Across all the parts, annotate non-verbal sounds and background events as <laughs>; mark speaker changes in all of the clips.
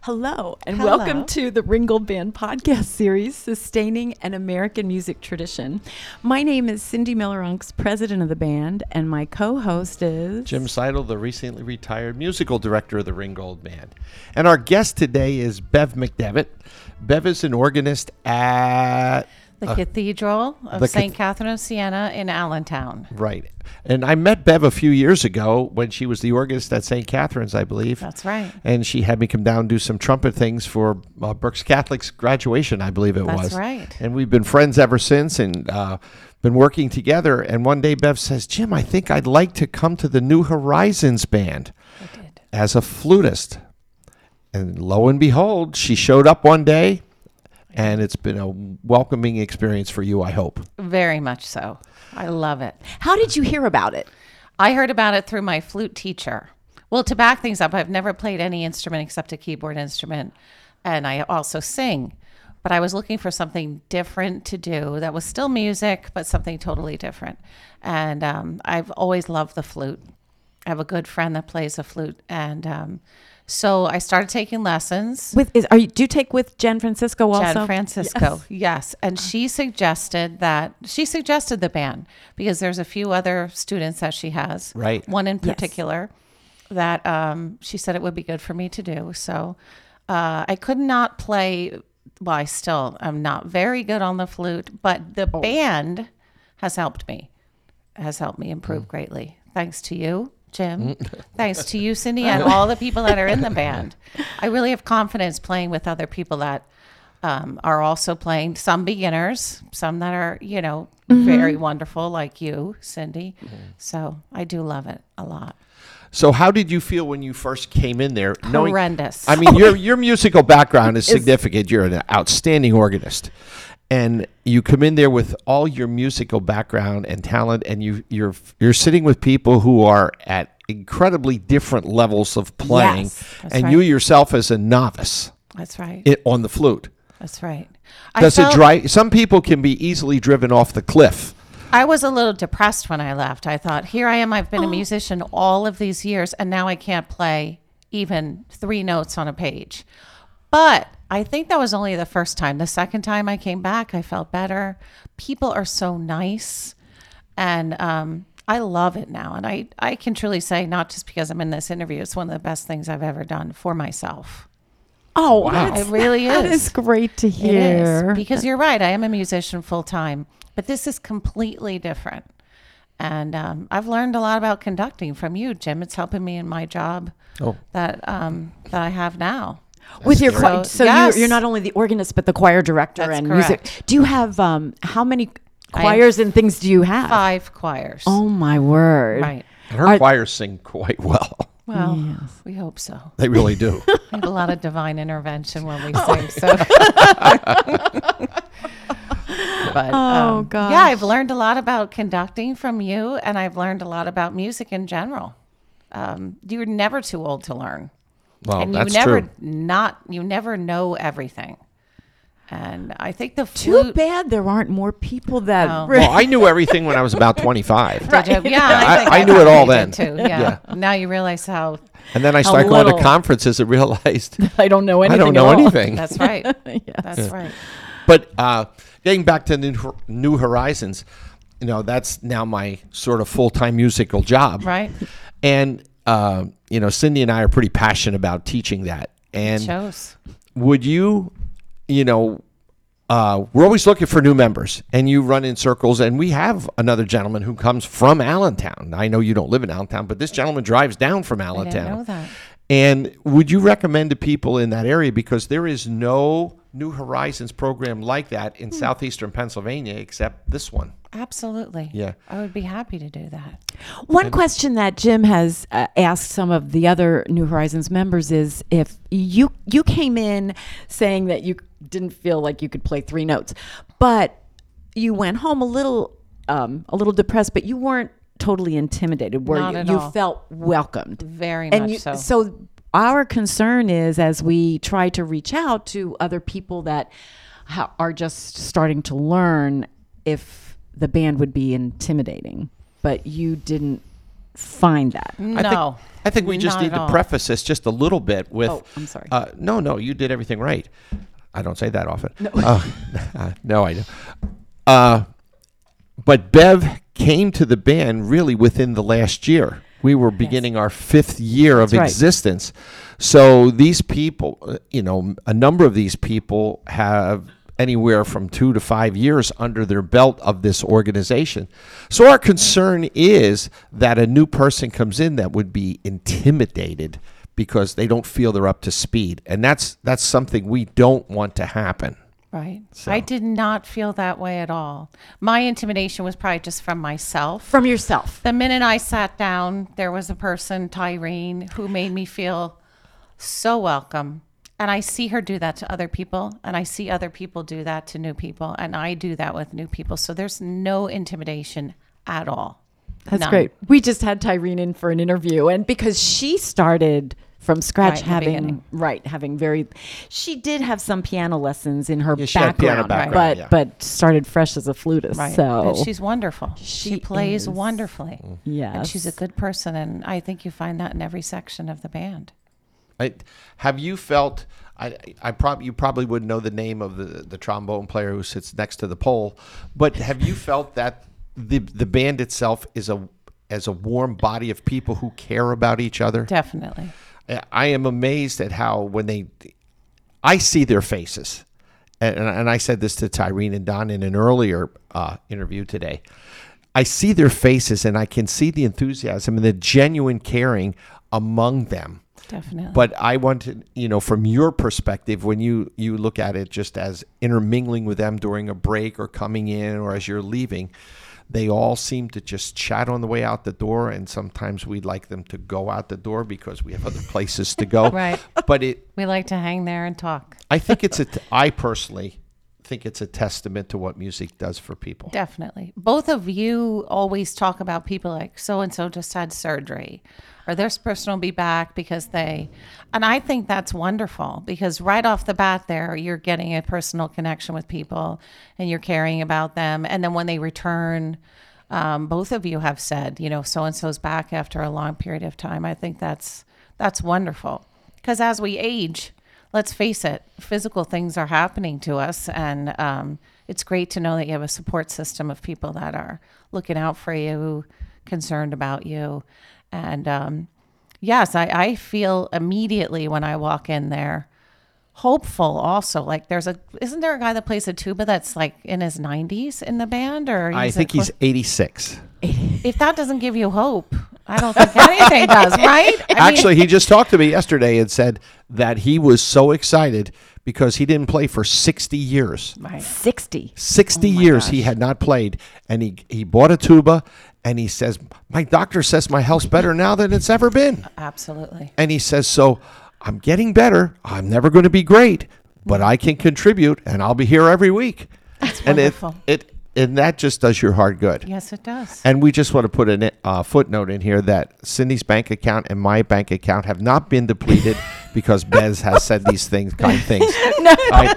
Speaker 1: Hello, and
Speaker 2: Hello.
Speaker 1: welcome to the Ringgold Band podcast series, Sustaining an American Music Tradition. My name is Cindy Milleronks, president of the band, and my co host is
Speaker 3: Jim Seidel, the recently retired musical director of the Ringgold Band. And our guest today is Bev McDevitt. Bev is an organist at.
Speaker 2: The Cathedral of
Speaker 3: Uh, the
Speaker 2: St.
Speaker 3: cath-
Speaker 2: Catherine of Siena in Allentown.
Speaker 3: Right. And I met Bev a few years ago when she was the organist at St. Catherine's, I believe.
Speaker 2: That's right.
Speaker 3: And she had me come down and do some trumpet things for uh, Brooks Catholic's graduation, I believe it
Speaker 2: That's
Speaker 3: was.
Speaker 2: right.
Speaker 3: And we've been friends ever since and uh, been working together. And one day Bev says, Jim, I think I'd like to come to the New Horizons Band. as a flutist. And lo and behold, she showed up one day, and it's been a welcoming experience for you, I hope.
Speaker 2: Very much so. I love it.
Speaker 1: How did you hear about it?
Speaker 2: I heard about it through my flute teacher. Well, to back things up, I've never played any instrument except a keyboard instrument, and I also sing. But I was looking for something different to do that was still music, but something totally different. And um, I've always loved the flute. I have a good friend that plays the flute, and um, so I started taking lessons.
Speaker 1: With is, are you, do you take with Jen Francisco also?
Speaker 2: Jan Francisco. Yes. And she suggested that she suggested the band because there's a few other students that she has.
Speaker 3: Right.
Speaker 2: One in particular that um, she said it would be good for me to do. So uh, I could not play. Well, I still am not very good on the flute, but the band has helped me, has helped me
Speaker 3: Mm.
Speaker 2: improve greatly. Thanks to you, Jim. <laughs> Thanks to you,
Speaker 3: <laughs>
Speaker 2: Cindy, and all the people that are in the band. I really have confidence playing with other people that um, are also playing some beginners, some that are, you know, very wonderful, like you, Cindy.
Speaker 3: Mm-hmm.
Speaker 2: So I do love it a lot.
Speaker 3: So, how did you feel when you first came in there?
Speaker 2: Horrendous.
Speaker 3: I
Speaker 2: <laughs>
Speaker 3: mean, your your musical background is significant. You're an outstanding organist, and you come in there with all your musical background and talent, and you you're you're sitting with people who are at incredibly different levels of playing,
Speaker 1: Yes,
Speaker 2: that's
Speaker 3: and
Speaker 2: right.
Speaker 3: you yourself as a novice
Speaker 2: That's right.
Speaker 3: i on the flute.
Speaker 2: That's right.
Speaker 3: Does
Speaker 2: I felt,
Speaker 3: it drive? Some people can be easily driven off the cliff.
Speaker 2: I was a little depressed when I left. I thought, here I am. I've been a musician all of these years, and now I can't play even three notes on a page. But I think that was only the first time. The second time I came back, I felt better. People are so nice. And um, I love it now. And I, I can truly say, not just because I'm in this interview, it's one of the best things I've ever done for myself.
Speaker 1: Oh,
Speaker 2: It really
Speaker 1: That is great to
Speaker 2: It is,
Speaker 1: hear.
Speaker 2: because you're right. I am a musician full time, but this is completely different. And um, I've learned a lot about conducting from you, Jim. It's helping me in my job
Speaker 3: Oh.
Speaker 2: that um, that I have now.
Speaker 1: with your
Speaker 2: scary.
Speaker 1: choir, so
Speaker 2: So,
Speaker 1: you're, you're
Speaker 2: yes.
Speaker 1: not only the organist but the choir director
Speaker 2: That's
Speaker 1: and music.
Speaker 2: correct.
Speaker 1: Do you have um, how many
Speaker 2: have
Speaker 1: choirs and things do you have?
Speaker 2: Five choirs.
Speaker 1: Oh my word!
Speaker 2: right.
Speaker 3: And her
Speaker 1: Are-
Speaker 3: choirs sing quite well. <laughs>
Speaker 2: Well, um, we hope so.
Speaker 3: They
Speaker 2: <laughs>
Speaker 3: really do.
Speaker 2: We have a lot of divine intervention when
Speaker 1: <laughs>
Speaker 2: we
Speaker 1: Oh.
Speaker 2: sing. So. <laughs> But,
Speaker 1: Oh,
Speaker 2: um,
Speaker 1: gosh.
Speaker 2: yeah, I've learned a lot about conducting from you, and I've learned a lot about music in general. Um, you're never too old to learn.
Speaker 3: Well,
Speaker 2: and
Speaker 3: Oh, that's
Speaker 2: you never
Speaker 3: true.
Speaker 2: not you never know everything. And I think the flute.
Speaker 1: Too bad there aren't more people that.
Speaker 2: Oh.
Speaker 1: re-
Speaker 3: Well, I knew everything when I was
Speaker 2: <laughs>
Speaker 3: about 25.
Speaker 2: Did
Speaker 3: <laughs>
Speaker 2: you- Yeah,
Speaker 3: I-
Speaker 2: think
Speaker 3: I knew it all
Speaker 2: probably
Speaker 3: then.
Speaker 2: did <laughs>
Speaker 3: <laughs>
Speaker 2: Too. Yeah. Now you realize how.
Speaker 3: And then I started going
Speaker 1: little.
Speaker 3: to conferences and realized
Speaker 1: <laughs> <laughs> I don't know
Speaker 3: <laughs> I
Speaker 1: anything.
Speaker 3: don't
Speaker 1: at
Speaker 3: know
Speaker 1: all.
Speaker 3: anything.
Speaker 2: That's right.
Speaker 3: <laughs>
Speaker 2: That's right.
Speaker 3: But uh, getting back to New, Hor- New Horizons, you know, that's now my sort of full time musical job.
Speaker 2: Right.
Speaker 3: And, uh, you know, Cindy and I are pretty passionate about teaching that. And
Speaker 2: Shows.
Speaker 3: would you, you know, uh, we're always looking for new members, and you run in circles. And we have another gentleman who comes from Allentown. I know you don't live in Allentown, but this gentleman drives down from
Speaker 2: I
Speaker 3: Allentown.
Speaker 2: didn't know that.
Speaker 3: And would you recommend to people in that area because there is no New Horizons program like that in southeastern Pennsylvania except this one?
Speaker 2: Absolutely.
Speaker 3: Yeah.
Speaker 2: I would be happy to do that.
Speaker 1: One question that Jim has uh, asked some of the other New Horizons members is if you you came in saying that you didn't feel like you could play three notes, but you went home a little um, a little depressed, but you weren't totally intimidated. Were
Speaker 2: Not
Speaker 1: you?
Speaker 2: at
Speaker 1: you
Speaker 2: all.
Speaker 1: felt welcomed.
Speaker 2: Very
Speaker 1: and
Speaker 2: much
Speaker 1: you,
Speaker 2: so.
Speaker 1: our concern is as we try to reach out to other people that ha- are just starting to learn if the band would be intimidating but you didn't find that.
Speaker 3: I think-
Speaker 2: No.
Speaker 3: I think we just
Speaker 2: Not
Speaker 3: need
Speaker 2: at
Speaker 3: to
Speaker 2: all.
Speaker 3: preface this just a little bit with.
Speaker 1: Oh, I'm sorry.
Speaker 3: Uh, no, no, you did everything right. I don't say that often. No, uh, <laughs> no I know. Uh, but Bev came to the band really within the last year. We were beginning our fifth year of
Speaker 1: That's right.
Speaker 3: existence. So these people, uh, you know, a number of these people have anywhere from two to five years under their belt of this organization. So our concern is that a new person comes in that would be intimidated because they don't feel they're up to speed. And that's that's something we don't want to happen.
Speaker 2: Right. I did not feel that way at all. My intimidation was probably just from myself.
Speaker 1: From yourself.
Speaker 2: The minute I sat down, there was a person, Tyrene, who made me feel so welcome. And I see her do that to other people, and I see other people do that to new people, and I do that with new people. So there's no intimidation at all.
Speaker 1: That's
Speaker 2: None.
Speaker 1: great. We just had Tyrene in for an interview, and because she started from
Speaker 2: Right,
Speaker 1: scratch,
Speaker 2: in the
Speaker 1: having
Speaker 2: beginning.
Speaker 1: right, having very, she did have some piano lessons in her
Speaker 3: Yeah, she had piano
Speaker 1: background,
Speaker 3: background,
Speaker 1: but
Speaker 3: yeah.
Speaker 1: but started fresh as a flutist.
Speaker 2: Right.
Speaker 1: So
Speaker 2: and she's wonderful. She,
Speaker 1: She
Speaker 2: plays
Speaker 1: is.
Speaker 2: wonderfully.
Speaker 1: yeah,
Speaker 2: And she's a good person, and I think you find that in every section of the band.
Speaker 3: I, have you felt? I, I probably you probably would know the name of the, the trombone player who sits next to the pole, but have you felt that the the band itself is a as a warm body of people who care about each other?
Speaker 2: Definitely.
Speaker 3: I- I am amazed at how when they, I see their faces, and, and and I said this to Tyreen and Don in an earlier uh, interview today. I see their faces, and I can see the enthusiasm and the genuine caring among them.
Speaker 2: Definitely.
Speaker 3: But I want to, you know, from your perspective, when you you look at it just as intermingling with them during a break or coming in or as you're leaving, they all seem to just chat on the way out the door, and sometimes we'd like them to go out the door because we have other places to go.
Speaker 2: Right.
Speaker 3: But it,
Speaker 2: we like to hang there and talk.
Speaker 3: I think it's a, t- I personally think it's a testament to what music does for people.
Speaker 2: Definitely. Both of you always talk about people like so and so just had surgery or this person will be back because they and I think that's wonderful because right off the bat there you're getting a personal connection with people and you're caring about them and then when they return um, both of you have said, you know, so and so's back after a long period of time. I think that's that's wonderful. Because as we age, let's face it, physical things are happening to us, and um, it's great to know that you have a support system of people that are looking out for you, concerned about you, and um, yes, I, I feel immediately when I walk in there hopeful also like there's a isn't there a guy that plays the tuba that's like in his 90s in the band or
Speaker 3: I
Speaker 2: he's a
Speaker 3: think
Speaker 2: clo-
Speaker 3: he's 86.
Speaker 2: <laughs> if that doesn't give you hope, I don't think anything
Speaker 3: <laughs>
Speaker 2: does, right? I mean,
Speaker 3: Actually, he just talked to me yesterday and said that he was so excited because he didn't play for 60 years.
Speaker 2: right.
Speaker 1: sixty.
Speaker 3: 60 years he had not played and he, he bought a tuba and he says my doctor says my health's better now than it's ever been
Speaker 2: absolutely.
Speaker 3: and he says so i'm getting better i'm never going to be great but i can contribute and i'll be here every week and it,
Speaker 2: wonderful.
Speaker 3: it and that just does your heart good
Speaker 2: Yes, it does.
Speaker 3: and we just want to put a uh, footnote in here that Cindy's bank account and my bank account have not been depleted because Bez has said these things, kind
Speaker 2: <laughs>
Speaker 3: things. I,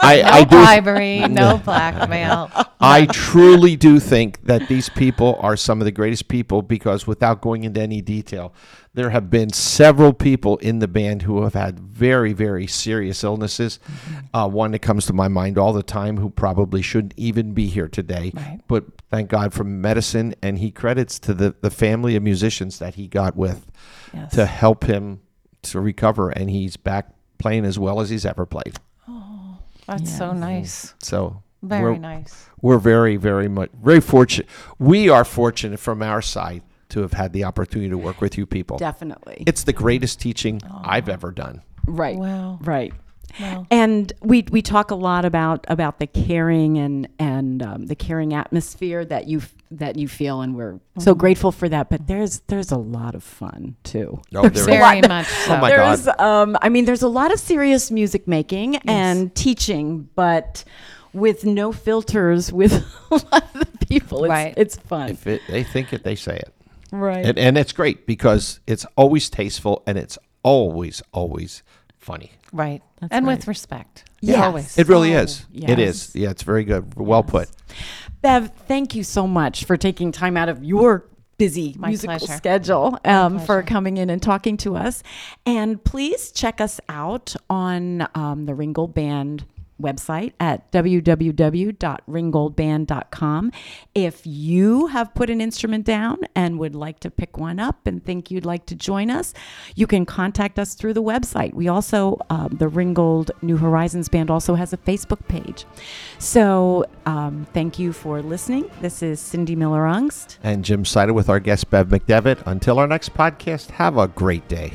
Speaker 3: I,
Speaker 2: no
Speaker 3: I do <laughs>
Speaker 2: bribery, no blackmail.
Speaker 3: I truly do think that these people are some of the greatest people because without going into any detail, there have been several people in the band who have had very, very serious illnesses.
Speaker 2: Mm-hmm.
Speaker 3: Uh, one that comes to my mind all the time who probably shouldn't even be here today,
Speaker 2: Right.
Speaker 3: but thank God for medicine. And he credits to the, the family of musicians that he got with
Speaker 2: Yes.
Speaker 3: to help him to recover. And he's back playing as well as he's ever played.
Speaker 2: That's so nice.
Speaker 3: So
Speaker 2: Very
Speaker 3: we're-
Speaker 2: nice.
Speaker 3: we're very, very much very fortunate. We are fortunate from our side to have had the opportunity to work with you people.
Speaker 1: Definitely.
Speaker 3: It's the greatest teaching I've ever done.
Speaker 1: Right.
Speaker 2: Wow.
Speaker 1: Right.
Speaker 2: Wow.
Speaker 1: And we we talk a lot about about the caring and and um, the caring atmosphere that you f- that you feel, and we're so grateful for that. But there's there's a lot of fun too.
Speaker 3: No, there
Speaker 1: a lot-
Speaker 2: Very
Speaker 3: is. Oh
Speaker 2: much so.
Speaker 3: my God.
Speaker 1: there's um, I mean, there's a lot of serious music making and teaching, but with no filters with <laughs> a lot of the people. It's,
Speaker 2: Right.
Speaker 1: it's fun.
Speaker 3: If it, they think it, they say it,
Speaker 1: Right.
Speaker 3: and, and it's great because it's always tasteful and it's always, always funny.
Speaker 2: Right.
Speaker 1: That's
Speaker 2: and
Speaker 1: right.
Speaker 2: with respect.
Speaker 1: Yes.
Speaker 2: Always.
Speaker 3: It really
Speaker 1: Oh,
Speaker 3: is.
Speaker 1: yes.
Speaker 3: It is. Yeah, it's very good. Well put.
Speaker 1: Bev, thank you so much for taking time out of your busy
Speaker 2: My
Speaker 1: musical
Speaker 2: pleasure.
Speaker 1: schedule um, for coming in and talking to us. And please check us out on um, the Ringgold Band website at www.ringgoldband.com. If you have put an instrument down and would like to pick one up and think you'd like to join us, you can contact us through the website. We also, um, the Ringgold New Horizons Band also has a Facebook page. So um, thank you for listening. This is Cindy Miller-Ungst.
Speaker 3: And Jim Sider with our guest, Bev McDevitt. Until our next podcast, have a great day.